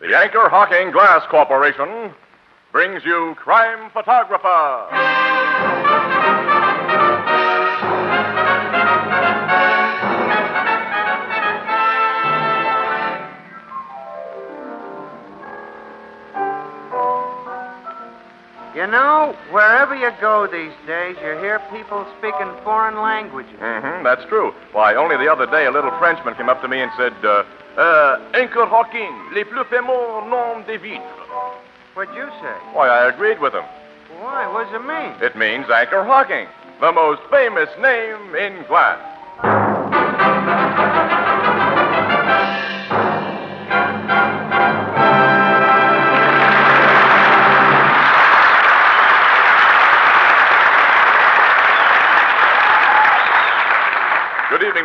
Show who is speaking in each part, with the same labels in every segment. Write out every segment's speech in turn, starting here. Speaker 1: The Anchor Hawking Glass Corporation brings you Crime Photographer.
Speaker 2: You know, wherever you go these days, you hear people speaking foreign languages.
Speaker 1: Mm-hmm, that's true. Why, only the other day a little Frenchman came up to me and said, uh, uh, Anchor Hawking, les plus fameux noms des vitres.
Speaker 2: What'd you say?
Speaker 1: Why, I agreed with him.
Speaker 2: Why? What does it mean?
Speaker 1: It means Anchor Hawking, the most famous name in glass. Good evening,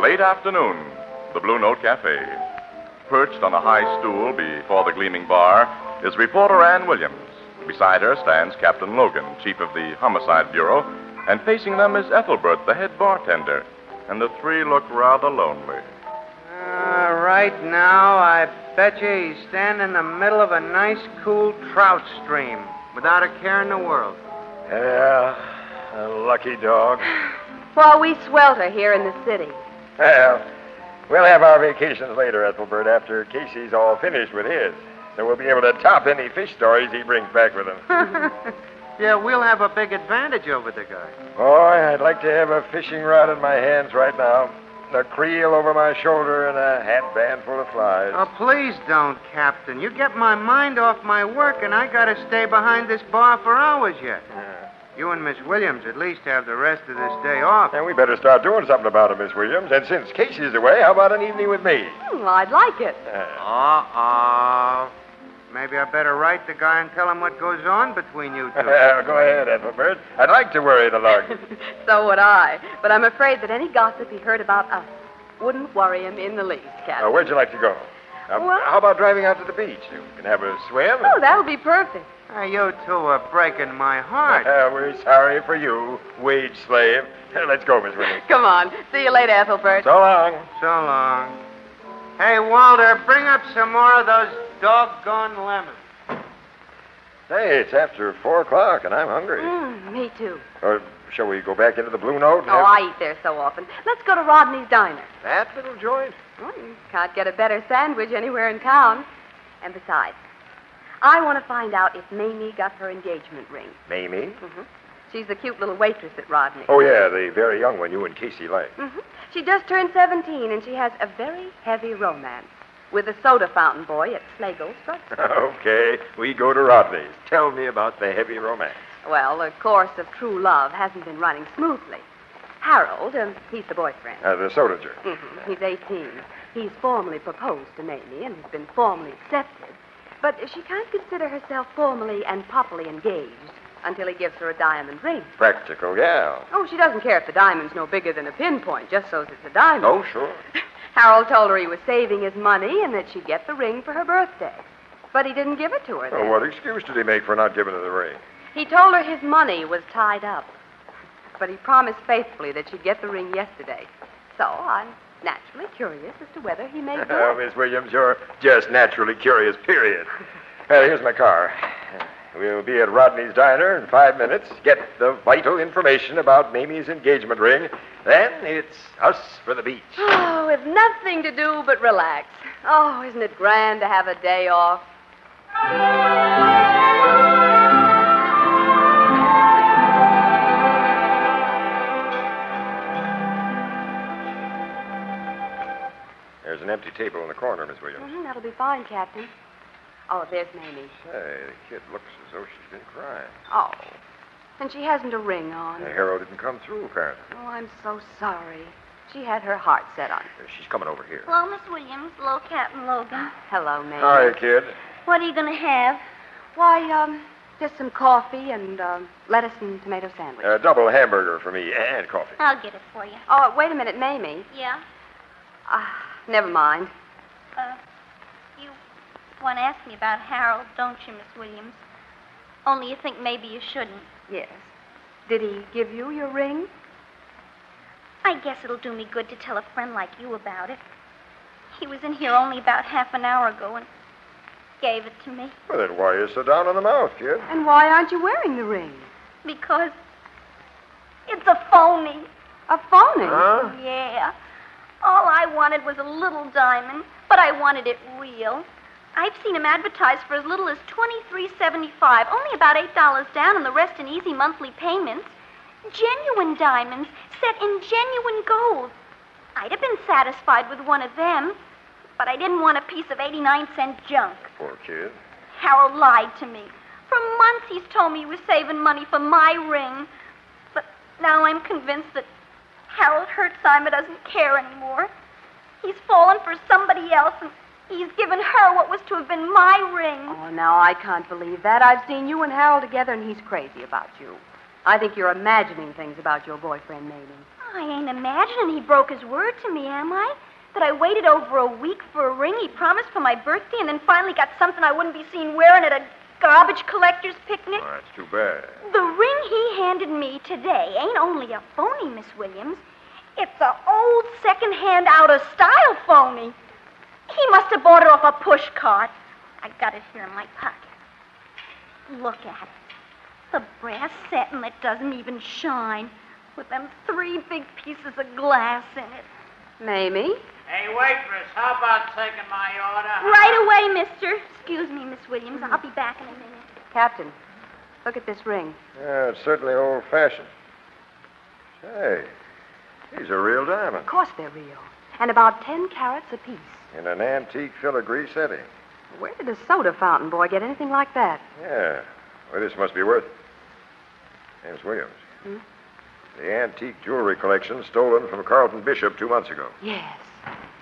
Speaker 1: Late afternoon, the Blue Note Cafe. Perched on a high stool before the gleaming bar is reporter Ann Williams. Beside her stands Captain Logan, chief of the Homicide Bureau, and facing them is Ethelbert, the head bartender. And the three look rather lonely.
Speaker 2: Uh, right now, I bet you he's standing in the middle of a nice, cool trout stream without a care in the world.
Speaker 3: Yeah, a lucky dog.
Speaker 4: While we swelter here in the city.
Speaker 3: Well, we'll have our vacations later, Ethelbert, after Casey's all finished with his. So we'll be able to top any fish stories he brings back with him.
Speaker 2: yeah, we'll have a big advantage over the guy.
Speaker 3: Boy, I'd like to have a fishing rod in my hands right now, a creel over my shoulder, and a hat band full of flies.
Speaker 2: Oh, please don't, Captain. You get my mind off my work, and I gotta stay behind this bar for hours yet.
Speaker 3: Yeah.
Speaker 2: You and Miss Williams at least have the rest of this day off.
Speaker 3: And we better start doing something about it, Miss Williams. And since Casey's away, how about an evening with me?
Speaker 4: Hmm, I'd like it.
Speaker 2: Oh.
Speaker 3: Uh,
Speaker 2: Uh-oh. Maybe I better write the guy and tell him what goes on between you two.
Speaker 3: go ahead, Ethelbert. I'd like to worry the lark.
Speaker 4: so would I. But I'm afraid that any gossip he heard about us wouldn't worry him in the least,
Speaker 3: Uh,
Speaker 4: Captain.
Speaker 3: where'd you like to go? Um,
Speaker 4: Well-
Speaker 3: How about driving out to the beach? We can have a swim.
Speaker 4: Oh, that'll be perfect.
Speaker 2: Hey, you two are breaking my heart.
Speaker 3: Uh, we're sorry for you, wage slave. Let's go, Miss Williams.
Speaker 4: Come on. See you later, Ethelbert.
Speaker 3: So long.
Speaker 2: So long. Hey, Walter, bring up some more of those doggone lemons.
Speaker 3: Hey, it's after four o'clock, and I'm hungry.
Speaker 4: Mm, me too.
Speaker 3: Or shall we go back into the Blue Note? and
Speaker 4: Oh,
Speaker 3: have-
Speaker 4: I eat there so often. Let's go to Rodney's Diner.
Speaker 3: That little joint?
Speaker 4: Well, you can't get a better sandwich anywhere in town. And besides, I want to find out if Mamie got her engagement ring.
Speaker 3: Mamie?
Speaker 4: She's the cute little waitress at Rodney's.
Speaker 3: Mm-hmm. Oh, yeah, the very young one you and Casey like.
Speaker 4: hmm She just turned 17, and she has a very heavy romance with a soda fountain boy at Slagle's drugstore.
Speaker 3: okay, we go to Rodney's. Tell me about the heavy romance.
Speaker 4: Well, the course of true love hasn't been running smoothly. Harold, um, he's the boyfriend.
Speaker 3: Uh, the soda jerk.
Speaker 4: hmm He's 18. He's formally proposed to Mamie and has been formally accepted. But she can't consider herself formally and properly engaged until he gives her a diamond ring.
Speaker 3: Practical gal.
Speaker 4: Oh, she doesn't care if the diamond's no bigger than a pinpoint, just so's it's a diamond.
Speaker 3: Oh, sure.
Speaker 4: Harold told her he was saving his money and that she'd get the ring for her birthday. But he didn't give it to her.
Speaker 3: Oh, Well,
Speaker 4: then.
Speaker 3: what excuse did he make for not giving her the ring?
Speaker 4: He told her his money was tied up. But he promised faithfully that she'd get the ring yesterday. So I'm naturally curious as to whether he may do
Speaker 3: Oh,
Speaker 4: it.
Speaker 3: Miss Williams, you're just naturally curious, period. Well, here's my car. We'll be at Rodney's Diner in five minutes, get the vital information about Mamie's engagement ring, then it's us for the beach.
Speaker 4: Oh, with nothing to do but relax. Oh, isn't it grand to have a day off?
Speaker 3: There's an empty table in the corner, Miss Williams.
Speaker 4: Mhm, that'll be fine, Captain. Oh, there's Mamie.
Speaker 3: Say, the kid looks as though she's been crying.
Speaker 4: Oh. And she hasn't a ring on.
Speaker 3: The hero didn't come through, apparently.
Speaker 4: Oh, I'm so sorry. She had her heart set on it.
Speaker 3: She's coming over here.
Speaker 5: Hello, Miss Williams. Hello, Captain Logan.
Speaker 4: Hello, Mamie.
Speaker 3: Hi, kid.
Speaker 5: What are you going to have?
Speaker 4: Why, um, just some coffee and um, lettuce and tomato sandwich.
Speaker 3: A double hamburger for me and coffee.
Speaker 5: I'll get it for you.
Speaker 4: oh, wait a minute, Mamie.
Speaker 5: Yeah?
Speaker 4: Uh, never mind.
Speaker 5: Uh, you want to ask me about Harold, don't you, Miss Williams? Only you think maybe you shouldn't.
Speaker 4: Yes. Did he give you your ring?
Speaker 5: I guess it'll do me good to tell a friend like you about it. He was in here only about half an hour ago and gave it to me
Speaker 3: Well, then why are you so down on the mouth, kid?
Speaker 4: And why aren't you wearing the ring?
Speaker 5: because it's a phony.
Speaker 4: A phony.
Speaker 3: Huh?
Speaker 5: Yeah. All I wanted was a little diamond, but I wanted it real. I've seen him advertised for as little as twenty-three seventy-five, only about eight dollars down, and the rest in easy monthly payments. Genuine diamonds, set in genuine gold. I'd have been satisfied with one of them, but I didn't want a piece of eighty-nine cent junk.
Speaker 3: Poor kid.
Speaker 5: Harold lied to me. For months he's told me he was saving money for my ring. But now I'm convinced that Harold Hertzheimer doesn't care anymore. He's fallen for somebody else, and he's given her what was to have been my ring.
Speaker 4: Oh, now I can't believe that. I've seen you and Harold together, and he's crazy about you. I think you're imagining things about your boyfriend, Mamie.
Speaker 5: I ain't imagining he broke his word to me, am I? That I waited over a week for a ring he promised for my birthday and then finally got something I wouldn't be seen wearing at a garbage collector's picnic?
Speaker 3: Well, that's too bad.
Speaker 5: The ring he handed me today ain't only a phony, Miss Williams. It's a old second-hand out-of-style phony. He must have bought it off a push cart. I got it here in my pocket. Look at it. The brass satin that doesn't even shine, with them three big pieces of glass in it.
Speaker 4: Mamie?
Speaker 6: Hey, waitress, how about taking my order?
Speaker 5: Right away, mister. Excuse me, Miss Williams. I'll be back in a minute.
Speaker 4: Captain, look at this ring.
Speaker 3: Yeah, it's certainly old fashioned. Say, these are real diamonds
Speaker 4: Of course they're real. And about ten carats apiece.
Speaker 3: in an antique filigree setting.
Speaker 4: Where did a soda fountain boy get anything like that?
Speaker 3: Yeah. Well, this must be worth it. Name's Williams.
Speaker 4: Hmm?
Speaker 3: The antique jewelry collection stolen from Carlton Bishop two months ago.
Speaker 4: Yes.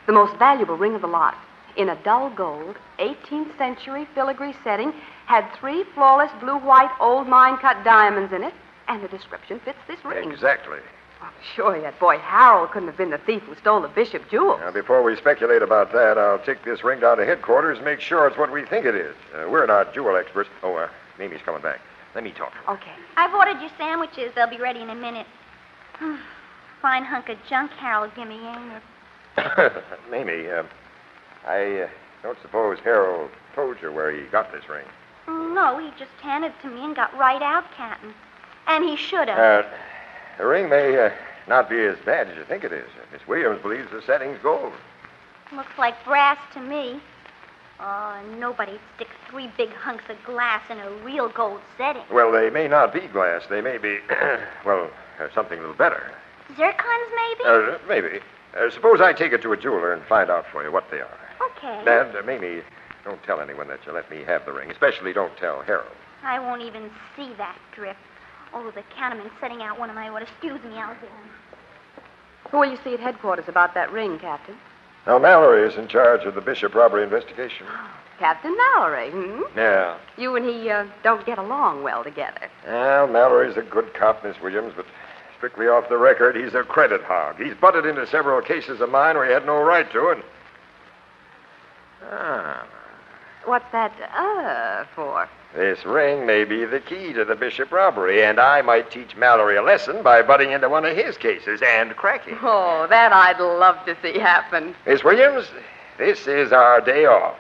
Speaker 4: The most valuable ring of the lot, in a dull gold, 18th century filigree setting, had three flawless blue white old mine cut diamonds in it, and the description fits this ring.
Speaker 3: Exactly.
Speaker 4: Well, sure, that boy Harold couldn't have been the thief who stole the bishop jewels.
Speaker 3: Now, before we speculate about that, I'll take this ring down to headquarters and make sure it's what we think it is. Uh, we're not jewel experts. Oh, uh, Mamie's coming back. Let me talk. to her.
Speaker 4: Okay.
Speaker 5: I've ordered your sandwiches. They'll be ready in a minute. Hmm, Fine hunk of junk Harold gimme, ain't it?
Speaker 3: Mamie, uh, I uh, don't suppose Harold told you where he got this ring.
Speaker 5: No, he just handed it to me and got right out, Captain. And he should have.
Speaker 3: Uh, the ring may uh, not be as bad as you think it is. Miss Williams believes the setting's gold.
Speaker 5: Looks like brass to me. Oh, and nobody'd stick three big hunks of glass in a real gold setting.
Speaker 3: Well, they may not be glass. They may be, well, uh, something a little better.
Speaker 5: Zircons, maybe?
Speaker 3: Uh, maybe. Uh, suppose I take it to a jeweler and find out for you what they are.
Speaker 5: okay.
Speaker 3: And uh, Mamie, don't tell anyone that you let me have the ring. Especially don't tell Harold.
Speaker 5: I won't even see that drip. Oh, the counterman's setting out one of my orders. Excuse me, I'll get him.
Speaker 4: Who will you see at headquarters about that ring, Captain?
Speaker 3: Now, Mallory is in charge of the Bishop robbery investigation.
Speaker 4: Captain Mallory, hmm?
Speaker 3: Yeah.
Speaker 4: You and he uh, don't get along well together.
Speaker 3: Well, Mallory's a good cop, Miss Williams, but strictly off the record, he's a credit hog. He's butted into several cases of mine where he had no right to, and. Ah.
Speaker 4: What's that uh for?
Speaker 3: This ring may be the key to the Bishop robbery, and I might teach Mallory a lesson by butting into one of his cases and cracking.
Speaker 4: Oh, that I'd love to see happen.
Speaker 3: Miss Williams, this is our day off.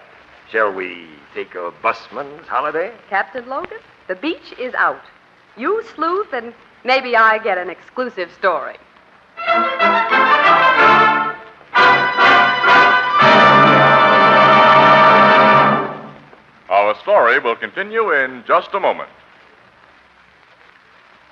Speaker 3: Shall we take a busman's holiday?
Speaker 4: Captain Logan, the beach is out. You sleuth, and maybe I get an exclusive story.
Speaker 1: Our story will continue in just a moment.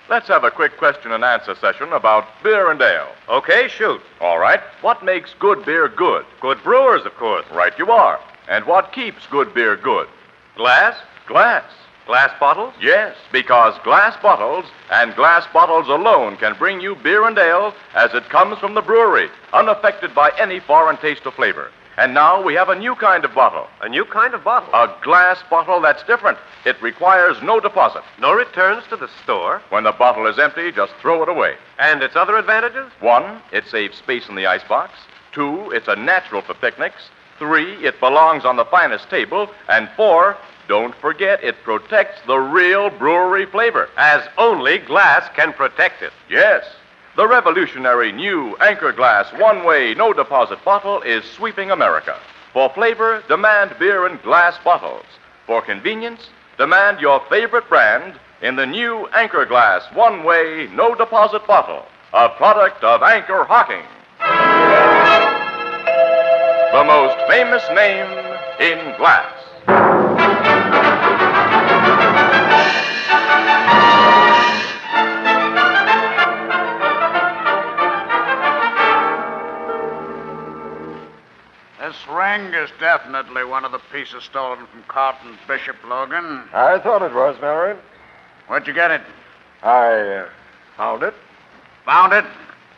Speaker 1: Let's have a quick question and answer session about beer and ale. Okay, shoot. All right. What makes good beer good? Good brewers, of course. Right, you are. And what keeps good beer good? Glass? Glass.
Speaker 7: Glass bottles?
Speaker 1: Yes, because glass bottles and glass bottles alone can bring you beer and ale as it comes from the brewery, unaffected by any foreign taste or flavor. And now we have a new kind of bottle,
Speaker 7: A new kind of bottle.
Speaker 1: a glass bottle that's different. It requires no deposit.
Speaker 7: no returns to the store.
Speaker 1: When the bottle is empty, just throw it away.
Speaker 7: And its other advantages?
Speaker 1: One, it saves space in the icebox. Two, it's a natural for picnics. Three, it belongs on the finest table. And four, don't forget, it protects the real brewery flavor.
Speaker 7: As only glass can protect it.
Speaker 1: Yes. The revolutionary new Anchor Glass one way, no deposit bottle is sweeping America. For flavor, demand beer in glass bottles. For convenience, demand your favorite brand in the new Anchor Glass one way, no deposit bottle, a product of Anchor Hocking. The most famous name in glass.
Speaker 6: This ring is definitely one of the pieces stolen from Carlton Bishop Logan.
Speaker 3: I thought it was, Mallory.
Speaker 6: Where'd you get it?
Speaker 3: I uh, found it
Speaker 6: Found it?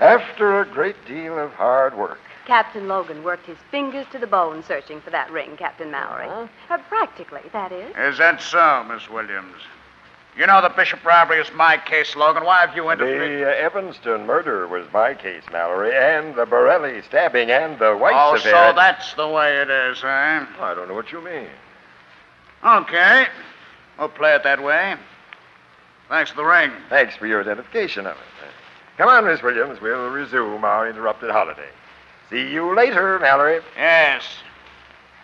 Speaker 3: after a great deal of hard work.
Speaker 4: Captain Logan worked his fingers to the bone searching for that ring, Captain Mallory. Uh, practically, that is.
Speaker 6: Is that so, Miss Williams? You know the Bishop robbery is my case, Logan. Why have you interfered?
Speaker 3: The uh, Evanston murder was my case, Mallory, and the Borelli stabbing and the White
Speaker 6: oh, so
Speaker 3: affair.
Speaker 6: that's the way it is, eh?
Speaker 3: I don't know what you mean.
Speaker 6: Okay. We'll play it that way. Thanks for the ring.
Speaker 3: Thanks for your identification of it. Come on, Miss Williams. We'll resume our interrupted holiday. See you later, Mallory.
Speaker 6: Yes.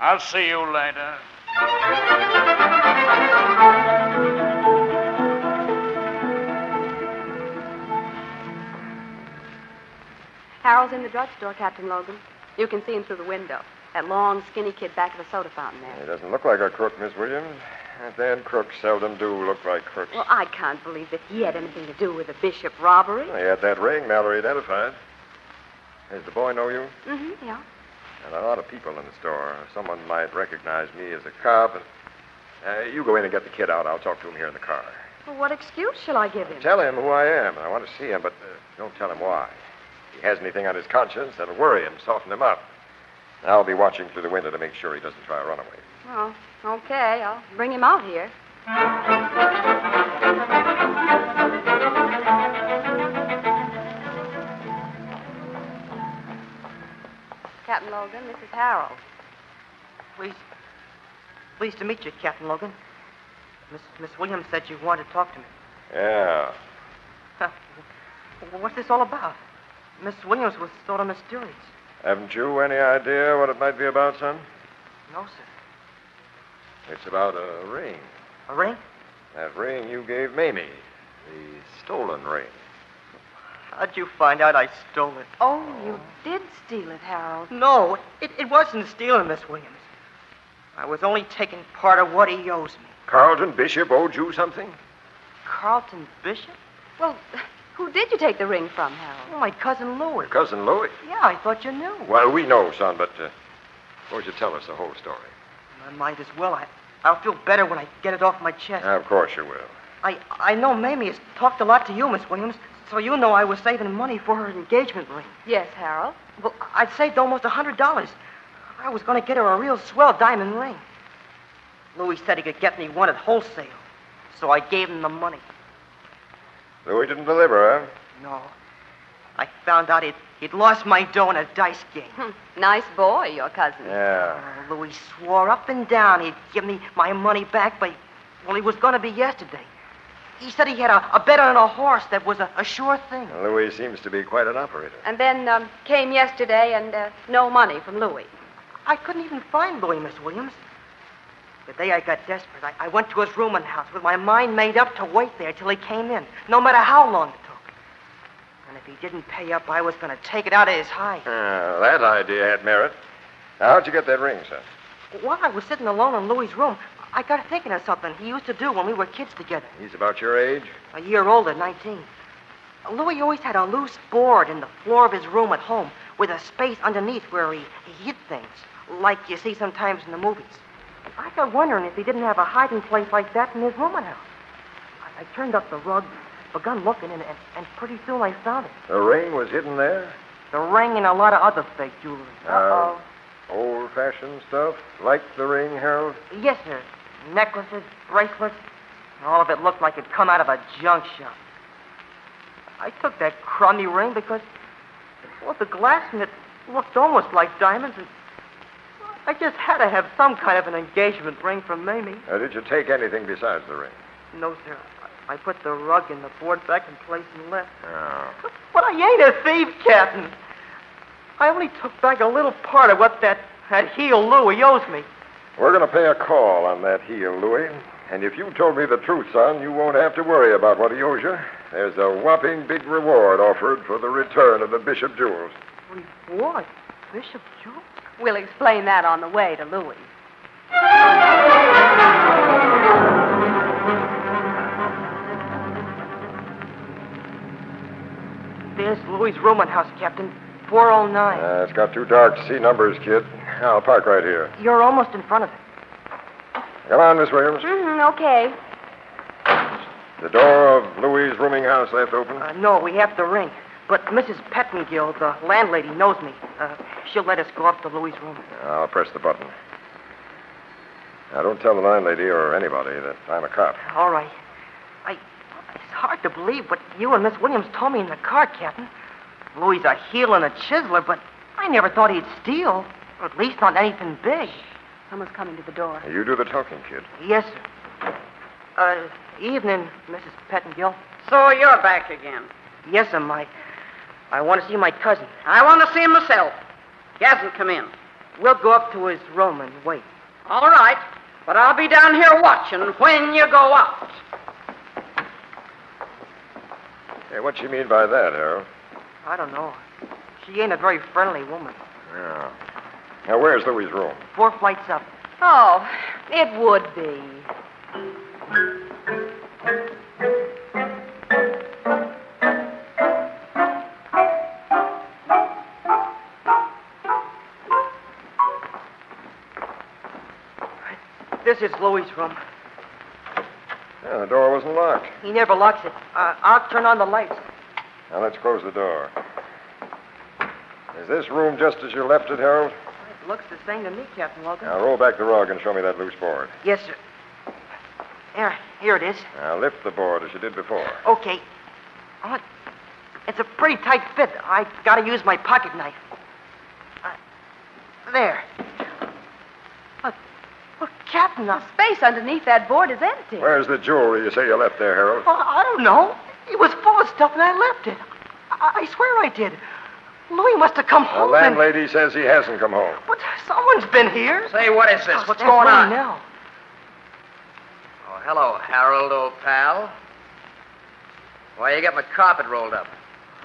Speaker 6: I'll see you later.
Speaker 4: Harold's in the drugstore, Captain Logan. You can see him through the window. That long, skinny kid back of the soda fountain there.
Speaker 3: He doesn't look like a crook, Miss Williams. And Then crooks seldom do look like crooks.
Speaker 4: Well, I can't believe that he had anything to do with the Bishop robbery.
Speaker 3: Well, he had that ring Mallory identified. Does the boy know you?
Speaker 4: Mm-hmm, yeah.
Speaker 3: And a lot of people in the store. Someone might recognize me as a cop. And, uh, you go in and get the kid out. I'll talk to him here in the car.
Speaker 4: Well, what excuse shall I give him?
Speaker 3: Tell him who I am, and I want to see him, but uh, don't tell him why. If he has anything on his conscience, that'll worry him, soften him up. I'll be watching through the window to make sure he doesn't try a runaway.
Speaker 4: Oh, okay. I'll bring him out here. Captain Logan, this is Harold.
Speaker 8: Pleased, pleased to meet you, Captain Logan. Miss, Miss Williams said you wanted to talk to me.
Speaker 3: Yeah.
Speaker 8: Huh. Well, What's this all about? Miss Williams was sort of mysterious.
Speaker 3: Haven't you any idea what it might be about, son?
Speaker 8: No, sir.
Speaker 3: It's about a ring.
Speaker 8: A ring?
Speaker 3: That ring you gave Mamie. The stolen ring.
Speaker 8: How'd you find out I stole it?
Speaker 4: Oh, you did steal it, Harold.
Speaker 8: No, it, it wasn't stealing, Miss Williams. I was only taking part of what he owes me.
Speaker 3: Carlton Bishop owed you something?
Speaker 8: Carlton Bishop?
Speaker 4: Well, who did you take the ring from, Harold?
Speaker 8: Oh, my cousin Louis.
Speaker 3: Cousin Louis.
Speaker 8: Yeah, I thought you knew.
Speaker 3: Well, we know, son, but uh, suppose you tell us the whole story.
Speaker 8: I might as well. I, I'll feel better when I get it off my chest.
Speaker 6: Uh.
Speaker 3: of course you will.
Speaker 8: I, I know Mamie has talked a lot to you, Miss Williams, so you know I was saving money for her engagement ring.
Speaker 4: Yes, Harold.
Speaker 8: Well, I saved almost a hundred dollars. I was going to get her a real swell diamond ring. Louis said he could get me one at wholesale, so I gave him the money.
Speaker 3: Louis didn't deliver, huh?
Speaker 8: No, I found out he'd, he'd lost my dough in a dice game.
Speaker 4: Hmm, Nice boy, your cousin.
Speaker 3: Yeah.
Speaker 8: Oh, Louis swore up and down he'd give me my money back, but well, it was going to be yesterday. He said he had a, a bet on a horse that was a, a sure thing.
Speaker 3: Louis seems to be quite an operator.
Speaker 4: And then um, came yesterday and uh, no money from Louis.
Speaker 8: I couldn't even find Louis, Miss Williams. The day I got desperate, I, I went to his rooming house with my mind made up to wait there till he came in, no matter how long it took. And if he didn't pay up, I was going to take it out of his hide.
Speaker 3: Ah, that idea had merit. Now, how'd you get that ring, son?
Speaker 8: While I was sitting alone in Louis's room, I got thinking of something he used to do when we were kids together,
Speaker 3: He's about your age.
Speaker 8: a year older, 19. Louis always had a loose board in the floor of his room at home with a space underneath where he, he hid things, like you see sometimes in the movies. I got wondering if he didn't have a hiding place like that in his woman house. I, I turned up the rug, begun looking, and, and, and pretty soon I found it.
Speaker 3: The ring was hidden there?
Speaker 8: The ring and a lot of other fake jewelry.
Speaker 3: Uh, Old fashioned stuff? Like the ring, Harold?
Speaker 8: Yes, sir. Necklaces, bracelets, and all of it looked like it'd come out of a junk shop. I took that crummy ring because it was the glass and it looked almost like diamonds, and I just had to have some kind of an engagement ring from Mamie.
Speaker 3: Uh, did you take anything besides the ring?
Speaker 8: No, sir. I I put the rug and the board back in place and left.
Speaker 3: No.
Speaker 8: But I ain't a thief, Captain. I only took back a little part of what that, that heel Louie owes me.
Speaker 3: We're going to pay a call on that heel, Louis. And if you told me the truth, son, you won't have to worry about what he owes you. There's a whopping big reward offered for the return of the Bishop jewels.
Speaker 8: Reward? Bishop Jewel?
Speaker 4: We'll explain that on the way to Louis.
Speaker 8: There's Louie's rooming house, Captain. 409.
Speaker 3: Uh, it's got too dark to see numbers, kid. I'll park right here.
Speaker 8: You're almost in front of it.
Speaker 3: Come on, Miss Williams.
Speaker 4: Mm-hmm, okay.
Speaker 3: The door of Louis's rooming house left open.
Speaker 8: Uh, no, we have to ring. But Mrs. Pettingill, the landlady, knows me. Uh, she'll let us go up to Louie's room.
Speaker 3: I'll press the button. Now, don't tell the landlady or anybody that I'm a cop.
Speaker 8: All right. I, it's hard to believe what you and Miss Williams told me in the car, Captain. Louie's a heel and a chiseler, but I never thought he'd steal, or at least not anything big.
Speaker 4: Someone's coming to the door.
Speaker 3: You do the talking, kid.
Speaker 8: Yes, sir. Uh, evening, Mrs. Pettingill.
Speaker 2: So you're back again.
Speaker 8: Yes, sir, my. I want to see my cousin.
Speaker 2: I want to see him myself. He hasn't come in.
Speaker 8: We'll go up to his room and wait.
Speaker 2: All right, but I'll be down here watching when you go out.
Speaker 3: Hey, what you mean by that, Harold?
Speaker 8: I don't know. She ain't a very friendly woman.
Speaker 3: Yeah. Now, where's Louis's room?
Speaker 8: Four flights up.
Speaker 4: Oh, it would be.
Speaker 8: This is Louie's room.
Speaker 3: Yeah, the door wasn't locked.
Speaker 8: He never locks it. Uh, I'll turn on the lights.
Speaker 3: Now, let's close the door. Is this room just as you left it, Harold?
Speaker 8: It looks the same to me, Captain Logan.
Speaker 3: Now, roll back the rug and show me that loose board.
Speaker 8: Yes, sir. There, here it is.
Speaker 3: Now, lift the board as you did before.
Speaker 8: Okay. Oh, it- it's a pretty tight fit. I gotta use my pocket knife. Uh, there. Look, look, Captain. I,
Speaker 4: The space underneath that board is empty.
Speaker 3: Where's the jewelry you say you left there, Harold?
Speaker 8: oh, I don't know. It was full of stuff and I left it. I, I swear I did. Louis must have come
Speaker 3: The
Speaker 8: home. and-
Speaker 3: landlady says he hasn't come home.
Speaker 8: But someone's been here.
Speaker 6: Say, what is this?
Speaker 8: Oh,
Speaker 6: What's
Speaker 8: that's
Speaker 6: going
Speaker 8: right
Speaker 6: on?
Speaker 8: Now.
Speaker 6: Oh, hello, Harold, old pal. Why you got my carpet rolled up?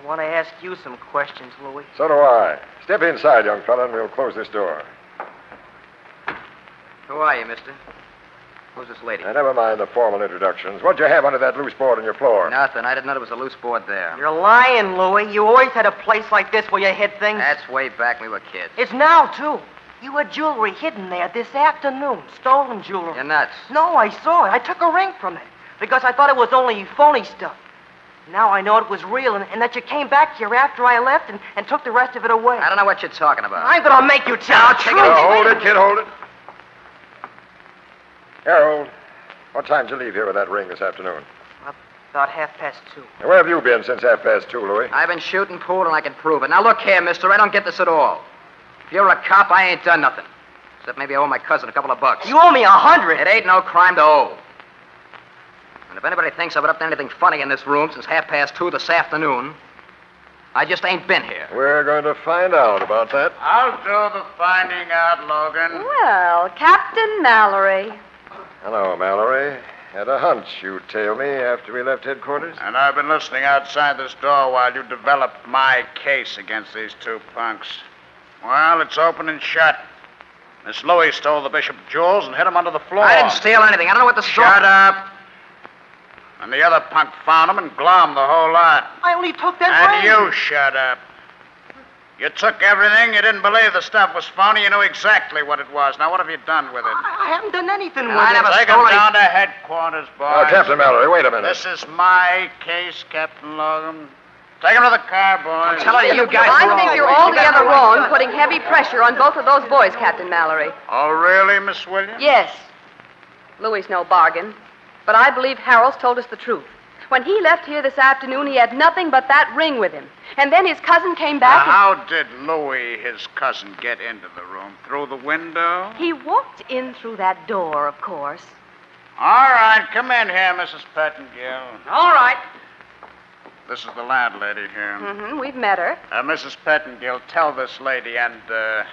Speaker 8: I want to ask you some questions, Louis.
Speaker 3: So do I. Step inside, young fella, and we'll close this door.
Speaker 6: Who are you, mister? Who's this lady?
Speaker 3: Now, never mind the formal introductions. What'd you have under that loose board on your floor?
Speaker 6: Nothing. I didn't know there was a loose board there.
Speaker 8: You're lying, Louis. You always had a place like this where you hid things.
Speaker 6: That's way back when we were kids.
Speaker 8: It's now, too. You had jewelry hidden there this afternoon. Stolen jewelry.
Speaker 6: You're nuts.
Speaker 8: No, I saw it. I took a ring from it because I thought it was only phony stuff. Now I know it was real and, and that you came back here after I left and, and took the rest of it away.
Speaker 6: I don't know what you're talking about.
Speaker 8: I'm going to make you tell the
Speaker 6: Take it
Speaker 8: truth.
Speaker 3: Now, Uh, hold it, kid, hold it. Harold, what time did you leave here with that ring this afternoon?
Speaker 8: About half past two.
Speaker 3: And where have you been since half past two, Louis?
Speaker 6: I've been shooting pool and I can prove it. Now look here, mister, I don't get this at all. If you're a cop, I ain't done nothing. Except maybe I owe my cousin a couple of bucks.
Speaker 8: You owe me a hundred.
Speaker 6: It ain't no crime to owe. And if anybody thinks I've been up to anything funny in this room since half past two this afternoon, I just ain't been here.
Speaker 3: We're going to find out about that.
Speaker 6: I'll do the finding out, Logan.
Speaker 4: Well, Captain Mallory.
Speaker 3: Hello, Mallory. Had a hunch you'd tail me after we left headquarters.
Speaker 6: And I've been listening outside this door while you developed my case against these two punks. Well, it's open and shut. Miss Louie stole the bishop jewels and hid them under the floor. I didn't steal anything. I don't know what the Shut up. And the other punk found them and glommed the whole lot.
Speaker 8: I only took that
Speaker 6: And
Speaker 8: ring.
Speaker 6: you shut up. You took everything. You didn't believe the stuff was phony. You knew exactly what it was. Now, what have you done with it?
Speaker 8: I, I haven't done anything with
Speaker 6: I
Speaker 8: it.
Speaker 6: Take him down to headquarters, boys.
Speaker 3: Now, Uh, Captain Mallory, wait a minute.
Speaker 6: This is my case, Captain Logan. Take him to the car, boys.
Speaker 4: Well, I think you're altogether wrong putting heavy pressure on both of those boys, Captain Mallory.
Speaker 6: Oh, really, Miss Williams?
Speaker 4: Yes. Louis no bargain. But I believe Harold's told us the truth. When he left here this afternoon, he had nothing but that ring with him. And then his cousin came
Speaker 6: Now,
Speaker 4: back. and-
Speaker 6: how did Louis, his cousin, get into the room? Through the window?
Speaker 4: He walked in through that door, of course.
Speaker 6: All right, come in here, Mrs. Pettingill.
Speaker 4: All right.
Speaker 6: This is the landlady here.
Speaker 4: Mm-hmm, we've met her.
Speaker 6: Uh, Mrs. Pettingill, tell this lady and uh,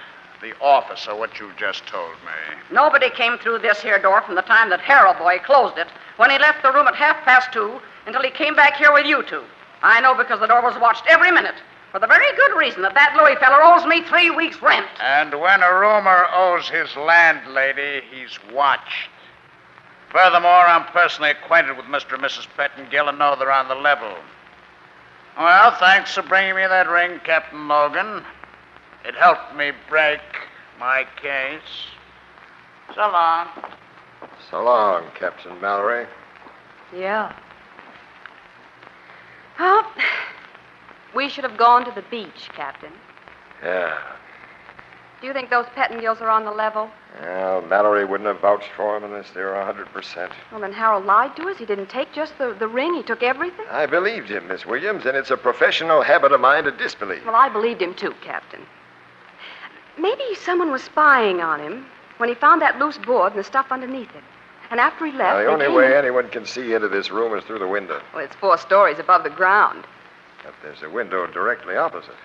Speaker 6: the officer what you just told me.
Speaker 9: Nobody came through this here door from the time that Harold Boy closed it, when he left the room at half past two, until he came back here with you two. I know because the door was watched every minute, for the very good reason that that Louis feller owes me three weeks' rent.
Speaker 6: And when a roomer owes his landlady, he's watched. Furthermore, I'm personally acquainted with Mr. and Mrs. Pettingill and know they're on the level. Well, thanks for bringing me that ring, Captain Logan. It helped me break my case. So long.
Speaker 3: So long, Captain Mallory.
Speaker 4: Yeah. Well, we should have gone to the beach, Captain.
Speaker 3: Yeah.
Speaker 4: Do you think those Pettingills are on the level?
Speaker 3: Well, Mallory wouldn't have vouched for him unless they were 100%.
Speaker 4: Well, then Harold lied to us. He didn't take just the, the ring, he took everything.
Speaker 3: I believed him, Miss Williams, and it's a professional habit of mine to disbelieve.
Speaker 4: Well, I believed him too, Captain. Maybe someone was spying on him when he found that loose board and the stuff underneath it. And after he left,
Speaker 3: Now, the
Speaker 4: they
Speaker 3: only
Speaker 4: came-
Speaker 3: way anyone can see into this room is through the window.
Speaker 4: Well, it's four stories above the ground.
Speaker 3: But there's a window directly opposite.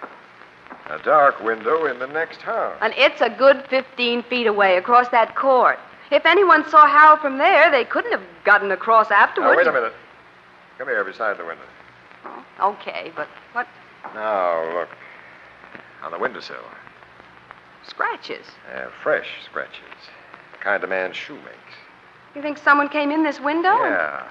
Speaker 3: A dark window in the next house.
Speaker 4: And it's a good 15 feet away across that court. If anyone saw Harold from there, they couldn't have gotten across
Speaker 3: Now,
Speaker 4: afterwards.
Speaker 3: wait a minute. Come here beside the window.
Speaker 4: Oh, Okay, but what
Speaker 3: Now, look. On the windowsill.
Speaker 4: scratches?
Speaker 3: Uh, fresh scratches. The kind a man's shoe makes.
Speaker 4: You think someone came in this window?
Speaker 3: Yeah.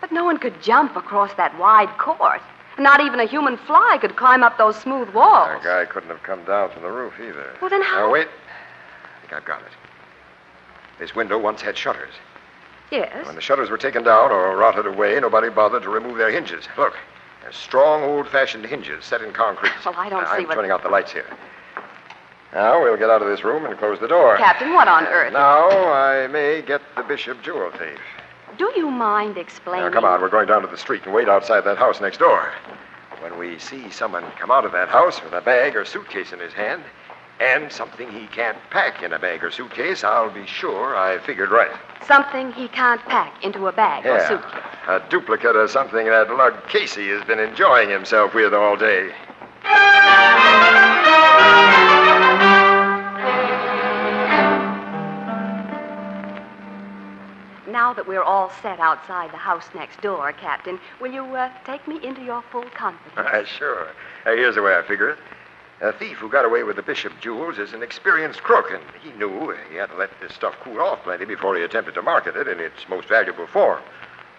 Speaker 4: But no one could jump across that wide court. Not even a human fly could climb up those smooth walls.
Speaker 3: That guy couldn't have come down from the roof either.
Speaker 4: Well, then how-
Speaker 3: Now, wait. I think I've got it. This window once had shutters.
Speaker 4: Yes.
Speaker 3: When the shutters were taken down or rotted away, nobody bothered to remove their hinges. Look, they're strong, old-fashioned hinges set in concrete.
Speaker 4: Well, I don't
Speaker 3: Now,
Speaker 4: see
Speaker 3: I'm
Speaker 4: what-
Speaker 3: turning out the lights here. Now we'll get out of this room and close the door.
Speaker 4: Captain, what on earth?
Speaker 3: Now I may get the Bishop jewel thief.
Speaker 4: Do you mind explaining?
Speaker 3: Now come on, we're going down to the street and wait outside that house next door. When we see someone come out of that house with a bag or suitcase in his hand, and something he can't pack in a bag or suitcase, I'll be sure I figured right.
Speaker 4: Something he can't pack into a bag or
Speaker 3: Yeah.
Speaker 4: suitcase.
Speaker 3: A duplicate of something that Lug Casey has been enjoying himself with all day.
Speaker 4: Now that we're all set outside the house next door, Captain, will you uh, take me into your full confidence?
Speaker 3: Uh, sure. Uh, here's the way I figure it. A thief who got away with the Bishop jewels is an experienced crook, and he knew he had to let this stuff cool off plenty before he attempted to market it in its most valuable form.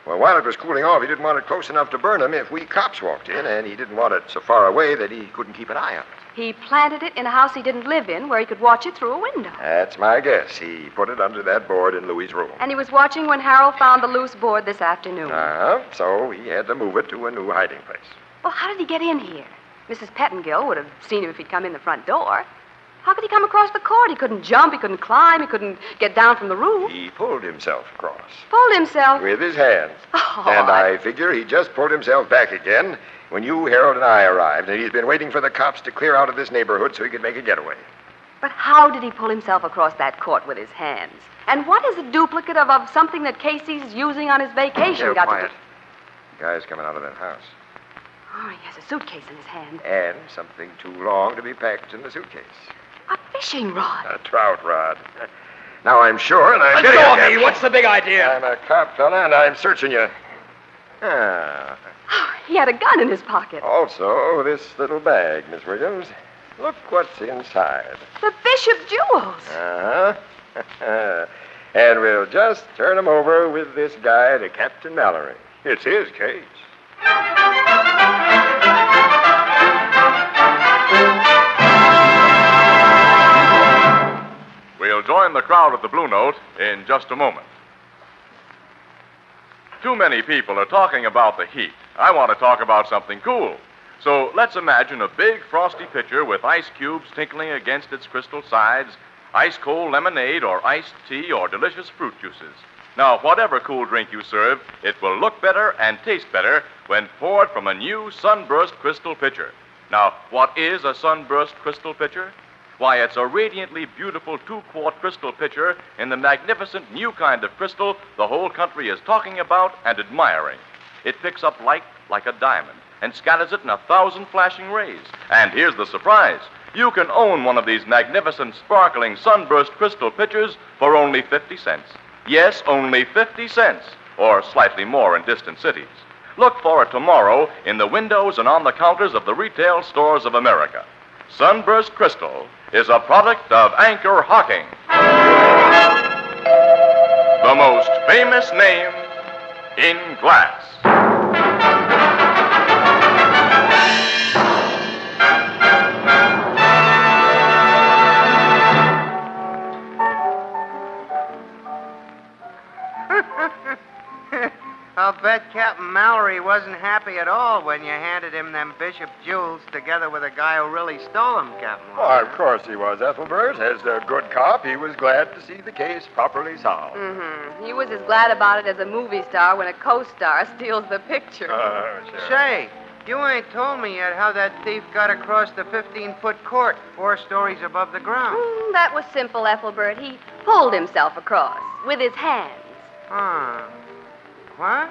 Speaker 3: Well, while it was cooling off, he didn't want it close enough to burn him if we cops walked in, and he didn't want it so far away that he couldn't keep an eye on it.
Speaker 4: He planted it in a house he didn't live in where he could watch it through a window.
Speaker 3: That's my guess. He put it under that board in Louis's room.
Speaker 4: And he was watching when Harold found the loose board this afternoon.
Speaker 3: Uh-huh. So he had to move it to a new hiding place.
Speaker 4: Well, how did he get in here? Mrs. Pettingill would have seen him if he'd come in the front door. How could he come across the court? He couldn't jump, he couldn't climb, he couldn't get down from the roof.
Speaker 3: He pulled himself across
Speaker 4: Pulled himself.
Speaker 3: with his hands.
Speaker 4: Oh,
Speaker 3: and I... figure he just pulled himself back again when you, Harold, and I arrived, and he's been waiting for the cops to clear out of this neighborhood so he could make a getaway.
Speaker 4: But how did he pull himself across that court with his hands? And what is a duplicate of, of something that Casey's using on his vacation?
Speaker 3: Here,
Speaker 4: got
Speaker 3: quiet.
Speaker 4: To...
Speaker 3: The guy's coming out of that house.
Speaker 4: Oh, he has a suitcase in his hand.
Speaker 3: And something too long to be packed in the suitcase.
Speaker 4: A fishing rod.
Speaker 3: A trout rod. Now I'm sure, and I'm getting
Speaker 7: go of
Speaker 3: it.
Speaker 7: me. What's the big idea?
Speaker 3: I'm a cop, fella, and I'm searching you. Ah.
Speaker 4: Oh, He had a gun in his pocket.
Speaker 3: Oh. Also, this little bag, Miss Williams. Look what's inside.
Speaker 4: The Bishop jewels.
Speaker 3: Uh-huh. and we'll just turn him over with this guy to Captain Mallory. It's his case.
Speaker 1: join the crowd at the Blue Note in just a moment. Too many people are talking about the heat. I want to talk about something cool. So let's imagine a big frosty pitcher with ice cubes tinkling against its crystal sides, ice cold lemonade or iced tea or delicious fruit juices. Now, whatever cool drink you serve, it will look better and taste better when poured from a new sunburst crystal pitcher. Now, what is a sunburst crystal pitcher? Why, it's a radiantly beautiful two quart crystal pitcher in the magnificent new kind of crystal the whole country is talking about and admiring. It picks up light like a diamond and scatters it in a thousand flashing rays. And here's the surprise you can own one of these magnificent, sparkling sunburst crystal pitchers for only 50 cents. Yes, only 50 cents, or slightly more in distant cities. Look for it tomorrow in the windows and on the counters of the retail stores of America. Sunburst Crystal is a product of Anchor Hocking, the most famous name in glass.
Speaker 2: I'll bet Captain Mallory wasn't happy at all when you handed him them Bishop Jewels together with a guy who really stole them, Captain.
Speaker 6: Oh,
Speaker 3: Why, of course he was, Ethelbert. As a good cop, he was glad to see the case properly solved.
Speaker 4: Mm-hmm. He was as glad about it as a movie star when a co-star steals the picture.
Speaker 3: Uh, sure.
Speaker 2: Say, you ain't told me yet how that thief got across the 15 foot court, four stories above the ground.
Speaker 4: Mm, that was simple, Ethelbert. He pulled himself across with his hands.
Speaker 2: Huh. Ah. What?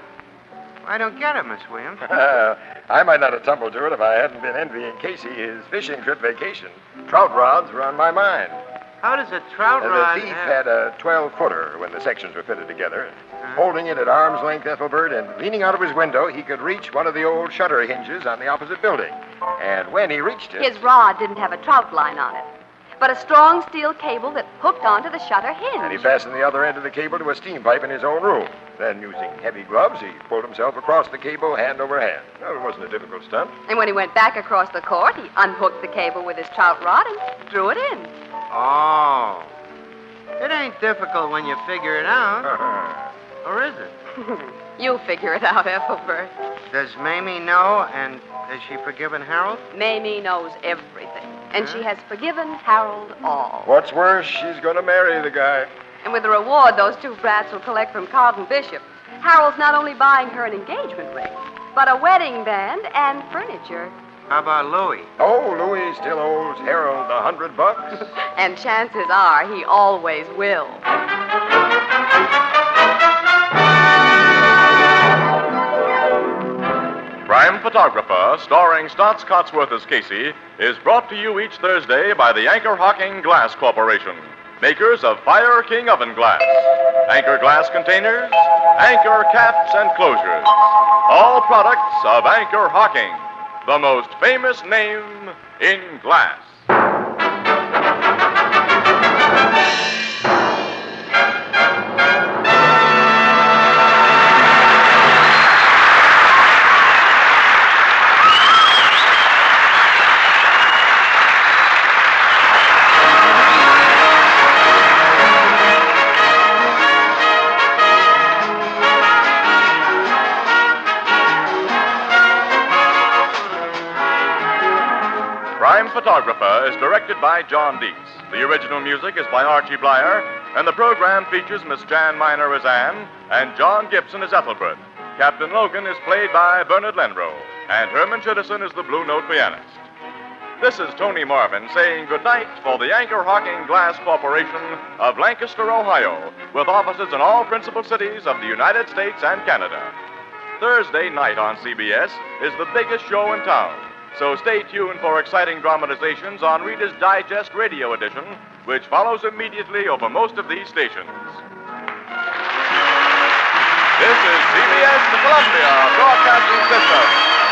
Speaker 2: I don't get it, Miss Williams.
Speaker 3: Uh, I might not have tumbled to it if I hadn't been envying Casey his fishing trip vacation. Trout rods were on my mind.
Speaker 2: How does a trout
Speaker 3: And
Speaker 2: rod
Speaker 3: the thief
Speaker 2: have-
Speaker 3: had a 12 footer when the sections were fitted together. Holding it at arm's length, Ethelbert, and leaning out of his window, he could reach one of the old shutter hinges on the opposite building. And when he reached it.
Speaker 4: His rod didn't have a trout line on it, but a strong steel cable that hooked onto the shutter
Speaker 3: And he
Speaker 4: hinge.
Speaker 3: fastened the other end of the cable to a steam pipe in his own room. Then, using heavy gloves, he pulled himself across the cable hand over hand. Well, it wasn't a difficult stunt.
Speaker 4: And when he went back across the court, he unhooked the cable with his trout rod and drew it in.
Speaker 2: Oh. It ain't difficult when you figure it out. Or is it?
Speaker 4: You'll figure it out, Ethelbert.
Speaker 2: Does Mamie know, and has she forgiven Harold?
Speaker 4: Mamie knows everything, and she has forgiven Harold all.
Speaker 3: What's worse, she's going to marry the guy.
Speaker 4: And with the reward those two brats will collect from Carlton Bishop, Harold's not only buying her an engagement ring, but a wedding band and furniture.
Speaker 2: How about Louis?
Speaker 3: Oh, Louis still owes Harold a hundred bucks.
Speaker 4: And chances are he always will.
Speaker 1: Crime Photographer, starring Stotts Cotsworth as Casey, is brought to you each Thursday by the Anchor Hocking Glass Corporation, makers of Fire King Oven Glass, Anchor Glass Containers, Anchor Caps and Closures. All products of Anchor Hocking, the most famous name in glass. Crime Photographer is directed by John Dietz. The original music is by Archie Blyer, and the program features Miss Jan Miner as Anne and John Gibson as Ethelbert. Captain Logan is played by Bernard Lenro, and Herman Chittison is the Blue Note pianist. This is Tony Marvin saying goodnight for the Anchor Hocking Glass Corporation of Lancaster, Ohio, with offices in all principal cities of the United States and Canada. Thursday night on CBS is the biggest show in town. So stay tuned for exciting dramatizations on Reader's Digest Radio Edition, which follows immediately over most of these stations. This is CBS, the Columbia Broadcasting System.